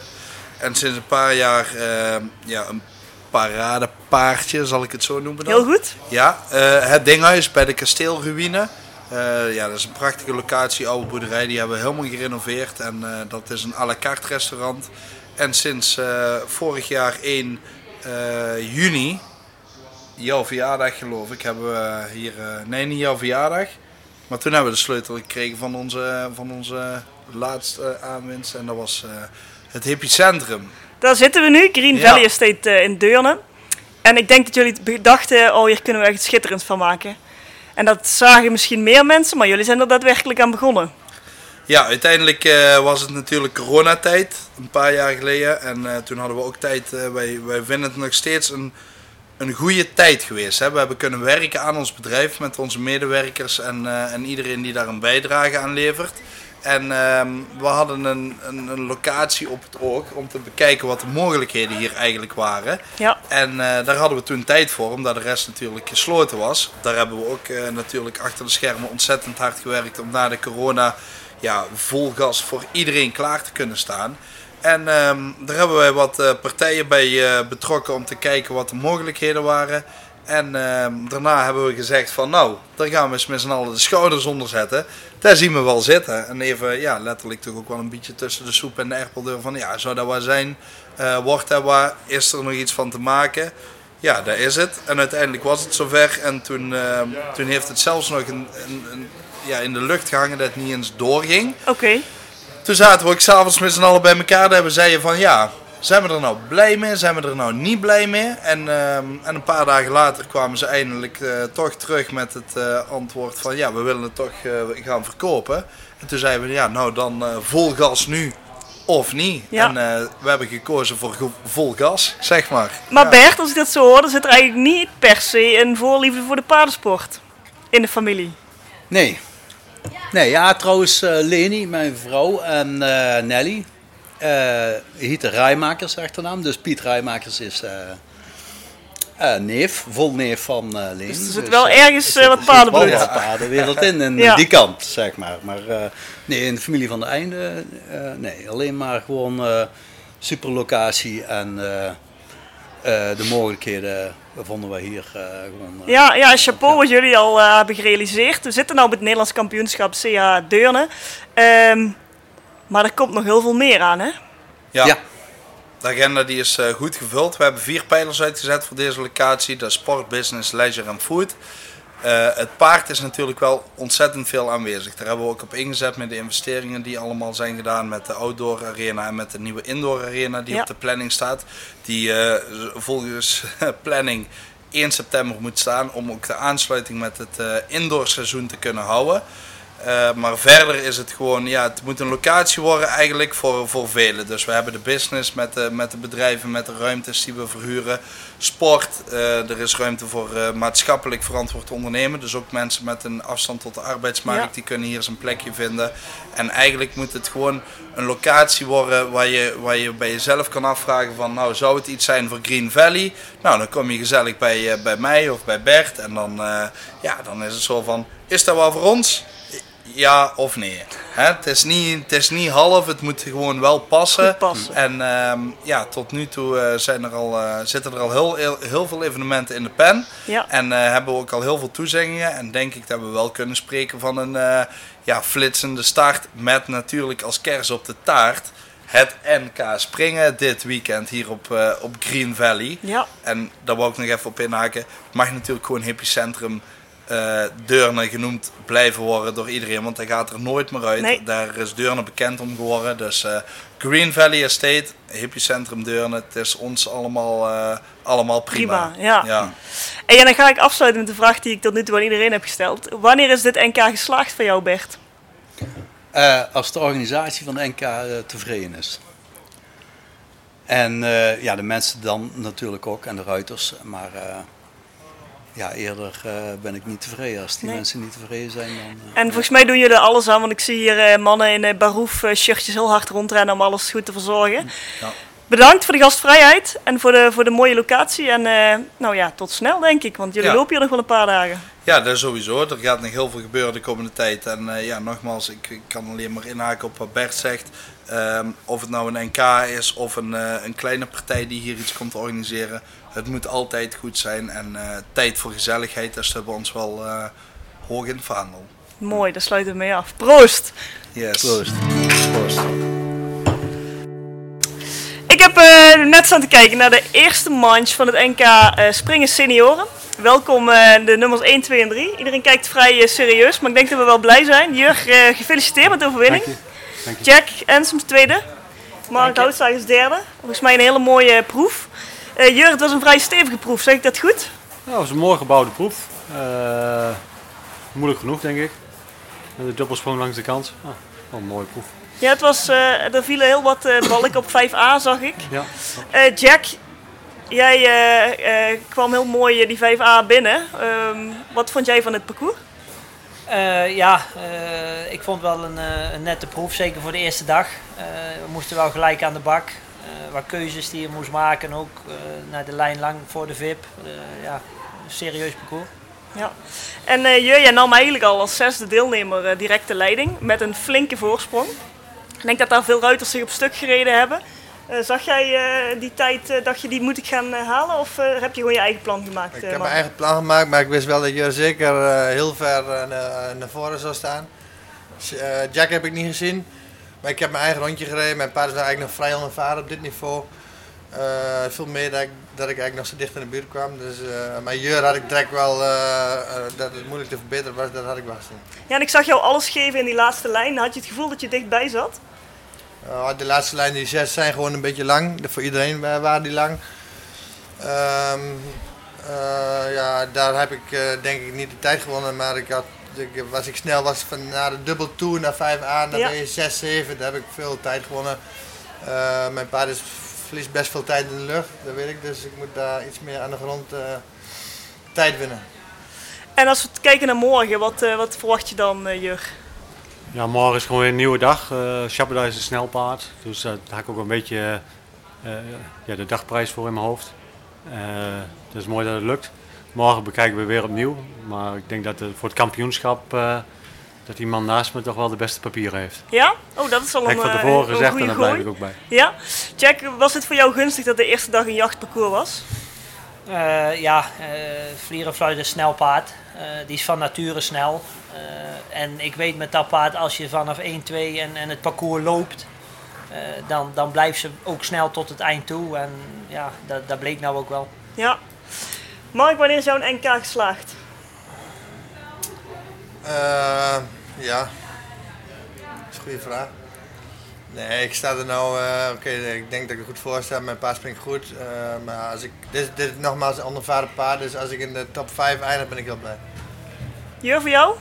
Speaker 12: En sinds een paar jaar eh, ja, een paradepaardje, zal ik het zo noemen dan.
Speaker 1: Heel goed.
Speaker 12: Ja, eh, het Dinghuis bij de kasteelruïne. Eh, ja, dat is een prachtige locatie, oude boerderij. Die hebben we helemaal gerenoveerd. En eh, dat is een à la carte restaurant. En sinds eh, vorig jaar 1 eh, juni, jouw verjaardag geloof ik, hebben we hier... eh, nee, niet jouw verjaardag. Maar toen hebben we de sleutel gekregen van onze, van onze laatste eh, aanwinst. En dat was eh, het hippiecentrum.
Speaker 1: Daar zitten we nu, Green
Speaker 12: Ja.
Speaker 1: Valley Estate eh, in Deurne. En ik denk dat jullie bedachten, oh hier kunnen we echt schitterend van maken. En dat zagen misschien meer mensen, maar jullie zijn er daadwerkelijk aan begonnen.
Speaker 12: Ja, uiteindelijk eh, was het natuurlijk coronatijd, een paar jaar geleden. En eh, toen hadden we ook tijd, eh, wij, wij vinden het nog steeds een, een goede tijd geweest. Hè? We hebben kunnen werken aan ons bedrijf met onze medewerkers en, eh, en iedereen die daar een bijdrage aan levert. En ehm, we hadden een, een, een locatie op het oog om te bekijken wat de mogelijkheden hier eigenlijk waren.
Speaker 1: Ja.
Speaker 12: En eh, daar hadden we toen tijd voor, omdat de rest natuurlijk gesloten was. Daar hebben we ook eh, natuurlijk achter de schermen ontzettend hard gewerkt om na de corona ja, vol gas voor iedereen klaar te kunnen staan. En ehm, daar hebben wij wat eh, partijen bij eh, betrokken om te kijken wat de mogelijkheden waren. En ehm, daarna hebben we gezegd van nou, daar gaan we eens met z'n allen de schouders onder zetten. Daar zien we wel zitten. En even ja, letterlijk toch ook wel een beetje tussen de soep en de erpeldeur van ja, zou dat waar zijn? Eh, wordt dat waar? Is er nog iets van te maken? Ja, daar is het. En uiteindelijk was het zover. En toen, ehm, toen heeft het zelfs nog een, een, een, ja, in de lucht gehangen dat het niet eens doorging.
Speaker 1: Oké.
Speaker 12: Toen zaten we ook s'avonds met z'n allen bij elkaar. Daar hebben we zeiden van ja, zijn we er nou blij mee? Zijn we er nou niet blij mee? En, ehm, en een paar dagen later kwamen ze eindelijk eh, toch terug met het eh, antwoord van ja, we willen het toch eh, gaan verkopen. En toen zeiden we ja, nou dan eh, vol gas nu of niet.
Speaker 1: Ja.
Speaker 12: En eh, we hebben gekozen voor go- vol gas, zeg maar.
Speaker 1: Maar
Speaker 12: Ja.
Speaker 1: Bert, als ik dat zo hoor, dan zit er eigenlijk niet per se een voorliefde voor de paardensport in de familie.
Speaker 11: Nee. Nee, ja, trouwens, eh Leni, mijn vrouw, en eh, Nelly. eh Hieten Rijmakers achternaam. Dus Piet Rijmakers is eh, eh, neef, vol neef van eh Leni.
Speaker 1: Dus er zit wel ergens eh, wat paardenbloed.
Speaker 11: Wel wat paardenwereld in,
Speaker 1: [laughs]
Speaker 11: en
Speaker 1: Ja.
Speaker 11: die kant, zeg maar. Maar eh, nee, in de familie van de Einde, eh, nee. Alleen maar gewoon eh superlocatie en eh, eh, de mogelijkheden vonden we hier eh, gewoon... eh,
Speaker 1: Ja, ja, chapeau wat jullie al eh, hebben gerealiseerd. We zitten nu op het Nederlands kampioenschap CH Deurne. Ehm, maar er komt nog heel veel meer aan, hè?
Speaker 12: Ja. De agenda die is eh, goed gevuld. We hebben vier pijlers uitgezet voor deze locatie. Dat is sport, business, leisure en food. Eh, het paard is natuurlijk wel ontzettend veel aanwezig. Daar hebben we ook op ingezet met de investeringen die allemaal zijn gedaan met de outdoor arena en met de nieuwe indoor arena die
Speaker 1: Ja.
Speaker 12: op de planning staat. Die eh, volgens [laughs] planning 1 september moet staan om ook de aansluiting met het eh indoor seizoen te kunnen houden. Eh, maar verder is het gewoon, ja, het moet een locatie worden eigenlijk voor, voor velen. Dus we hebben de business met de, met de bedrijven, met de ruimtes die we verhuren. Sport, eh, er is ruimte voor eh, maatschappelijk verantwoord ondernemen. Dus ook mensen met een afstand tot de arbeidsmarkt,
Speaker 1: Ja.
Speaker 12: die kunnen hier zijn plekje vinden. En eigenlijk moet het gewoon een locatie worden waar je, waar je bij jezelf kan afvragen van, nou zou het iets zijn voor Green Valley? Nou, dan kom je gezellig bij, eh, bij mij of bij Bert. En dan, eh, ja, dan is het zo van, is dat wel voor ons? Ja of nee? Hè, het, is niet, het is niet half, het moet gewoon wel passen.
Speaker 1: Goed passen.
Speaker 12: En ehm, ja, tot nu toe eh, zijn er al, eh, zitten er al heel, heel, heel veel evenementen in de pen.
Speaker 1: Ja.
Speaker 12: En eh, hebben we ook al heel veel toezeggingen. En denk ik dat we wel kunnen spreken van een eh, ja, flitsende start. Met natuurlijk als kers op de taart het NK springen dit weekend hier op, eh, op Green Valley.
Speaker 1: Ja.
Speaker 12: En daar wou ik nog even op inhaken. Het mag natuurlijk gewoon Hippicentrum eh Deurne genoemd blijven worden door iedereen. Want hij gaat er nooit meer uit.
Speaker 1: Nee.
Speaker 12: Daar is Deurne bekend om geworden. Dus eh, Green Valley Estate, Hippicentrum Deurne. Het is ons allemaal, eh, allemaal prima.
Speaker 1: Prima, ja. En ja, dan ga ik afsluiten met de vraag die ik tot nu toe aan iedereen heb gesteld. Wanneer is dit NK geslaagd voor jou, Bert?
Speaker 11: Eh, als de organisatie van de NK eh, tevreden is. En eh, ja, de mensen dan natuurlijk ook en de ruiters. Maar eh, ja, eerder eh, ben ik niet tevreden. Als die
Speaker 1: Nee.
Speaker 11: mensen niet tevreden zijn, dan... eh,
Speaker 1: En volgens mij doen jullie er alles aan, want ik zie hier eh, mannen in eh baroef eh, shirtjes heel hard rondrennen om alles goed te verzorgen.
Speaker 11: Ja.
Speaker 1: Bedankt voor de gastvrijheid en voor de, voor de mooie locatie. En eh, nou ja, tot snel denk ik, want jullie
Speaker 12: Ja.
Speaker 1: lopen hier nog wel een paar dagen.
Speaker 12: Ja, dat is sowieso. Er gaat nog heel veel gebeuren de komende tijd. En eh, ja, nogmaals, ik, ik kan alleen maar inhaken op wat Bert zegt. Ehm, of het nou een NK is of een, eh, een kleine partij die hier iets komt organiseren. Het moet altijd goed zijn. En eh, tijd voor gezelligheid, Dus dat hebben we ons wel eh, hoog in het vaandel.
Speaker 1: Mooi, daar sluiten we mee af. Proost!
Speaker 12: Yes.
Speaker 11: Proost.
Speaker 1: Ik heb eh, net staan te kijken naar de eerste manch van het NK eh, Springen Senioren. Welkom eh, de nummers 1, 2 en 3. Iedereen kijkt vrij eh, serieus, maar ik denk dat we wel blij zijn. Jurg, eh, gefeliciteerd met de overwinning.
Speaker 13: Dank je. Dank je.
Speaker 1: Jack Ensoms tweede. Mark Houtzaag is derde. Volgens mij een hele mooie eh, proef. Eh Jurg, het was een vrij stevige proef. Zeg ik dat goed?
Speaker 13: Ja, het was een mooi gebouwde proef. Eh, moeilijk genoeg, denk ik. En de dubbelsprong langs de kant. Ah, wel een mooie proef.
Speaker 1: Ja, het was, eh, er vielen heel wat eh balken op 5A, zag ik.
Speaker 13: Ja.
Speaker 1: Eh, Jack, jij eh, eh, kwam heel mooi eh, die 5A binnen. Ehm, wat vond jij van het parcours?
Speaker 14: Eh, ja, eh, ik vond wel een, eh, een nette proef, zeker voor de eerste dag. Eh, we moesten wel gelijk aan de bak. Eh wat keuzes die je moest maken, ook eh, naar de lijn lang voor de VIP. Eh, ja, een serieus parcours.
Speaker 1: Ja. En eh Jur, jij nam eigenlijk al als zesde deelnemer eh, direct de leiding met een flinke voorsprong. Ik denk dat daar veel ruiters zich op stuk gereden hebben. Eh, zag jij eh, die tijd, eh, dacht je die moet ik gaan eh, halen of eh, heb je gewoon je eigen plan gemaakt? eh,
Speaker 15: Ik heb mijn eigen plan gemaakt, maar ik wist wel dat je zeker eh, heel ver eh, na- naar voren zou staan. Dus, eh, Jack heb ik niet gezien, maar ik heb mijn eigen rondje gereden. Mijn paard is daar eigenlijk nog vrij onervaren op dit niveau. Eh, veel meer dat ik, dat ik eigenlijk nog zo dicht in de buurt kwam. Dus, eh maar Jur had ik direct wel eh, eh, dat het moeilijk te verbeteren was, dat had ik wel gezien.
Speaker 1: Ja, en ik zag jou alles geven in die laatste lijn. Had je het gevoel dat je dichtbij zat?
Speaker 15: Eh, de laatste lijn, die zes, zijn gewoon een beetje lang. De- Voor iedereen wa- waren die lang. Ehm, eh, ja, daar heb ik eh, denk ik niet de tijd gewonnen, maar ik had, ik, was ik snel was van naar de dubbel toe, naar 5A, naar
Speaker 1: Ja.
Speaker 15: B, 6, 7. Daar heb ik veel tijd gewonnen. Eh, mijn paard is, verliest best veel tijd in de lucht, dat weet ik. Dus ik moet daar iets meer aan de grond eh, tijd winnen.
Speaker 1: En als we kijken naar morgen, wat, eh, wat verwacht je dan, eh Jur?
Speaker 13: Ja, morgen is gewoon weer een nieuwe dag. Eh Shabada is een snel paard. Dus daar had ik ook een beetje eh, eh, ja, de dagprijs voor in mijn hoofd. Eh het is mooi dat het lukt. Morgen bekijken we weer opnieuw. Maar ik denk dat eh, voor het kampioenschap eh, dat die man naast me toch wel de beste papieren heeft.
Speaker 1: Ja? Oh, dat is al
Speaker 13: Heb
Speaker 1: een
Speaker 13: ik van
Speaker 1: eh,
Speaker 13: tevoren
Speaker 1: een
Speaker 13: gezegd
Speaker 1: goeie
Speaker 13: en daar blijf
Speaker 1: gooi.
Speaker 13: ik ook bij.
Speaker 1: Ja? Jack, was het voor jou gunstig dat de eerste dag een jachtparcours was?
Speaker 14: Eh, ja, eh Vlierenfluit is een snel paard. Eh, die is van nature snel. Eh, en ik weet met dat paard, als je vanaf 1, 2 en, en het parcours loopt, eh, dan, dan blijft ze ook snel tot het eind toe. En ja, dat, dat bleek nou ook wel.
Speaker 1: Ja. Mark, wanneer is jouw NK geslaagd?
Speaker 15: Eh, ja, dat is een goede vraag. Nee, ik sta er nou, eh, oké, ik denk dat ik er goed voor sta. Mijn paard springt goed. eh, maar als ik, dit, dit is nogmaals een onervaren paard, dus als ik in de top 5 eindig, ben ik heel blij.
Speaker 1: Jur, voor jou?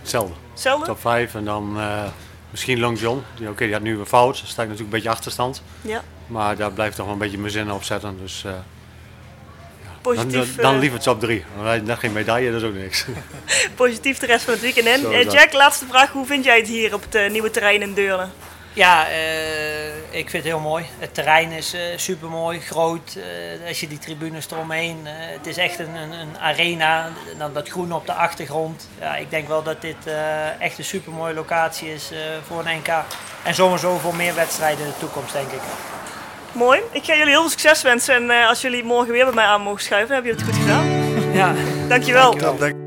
Speaker 13: Hetzelfde.
Speaker 1: Hetzelfde?
Speaker 13: Top 5 en dan eh, misschien Long John. Die- Oké, die had nu een fout. Dan sta ik natuurlijk een beetje achterstand.
Speaker 1: Ja.
Speaker 13: Maar daar blijf ik toch wel een beetje mijn zinnen op zetten. Dus, eh, ja.
Speaker 1: Positief,
Speaker 13: Dan, dan,
Speaker 1: eh,
Speaker 13: dan liever top 3. Want dan geen medaille, dat is ook niks. [laughs]
Speaker 1: Positief de rest van het weekend in.
Speaker 13: Zo
Speaker 1: Eh,
Speaker 13: is dat.
Speaker 1: Jack, laatste vraag. Hoe vind jij het hier op het eh, nieuwe terrein in Deurne?
Speaker 14: Ja, eh, ik vind het heel mooi. Het terrein is super mooi, groot. Eh, als je die tribunes eromheen. eh, het is echt een, een, een arena. En Dan dat groen op de achtergrond. Ja, ik denk wel dat dit eh, echt een super mooie locatie is eh, voor een NK. En sowieso voor meer wedstrijden in de toekomst, denk ik.
Speaker 1: Mooi. Ik ga jullie heel veel succes wensen. En eh, als jullie morgen weer bij mij aan mogen schuiven, dan hebben jullie het goed gedaan.
Speaker 14: Ja.
Speaker 1: Dankjewel.
Speaker 15: Top, dank-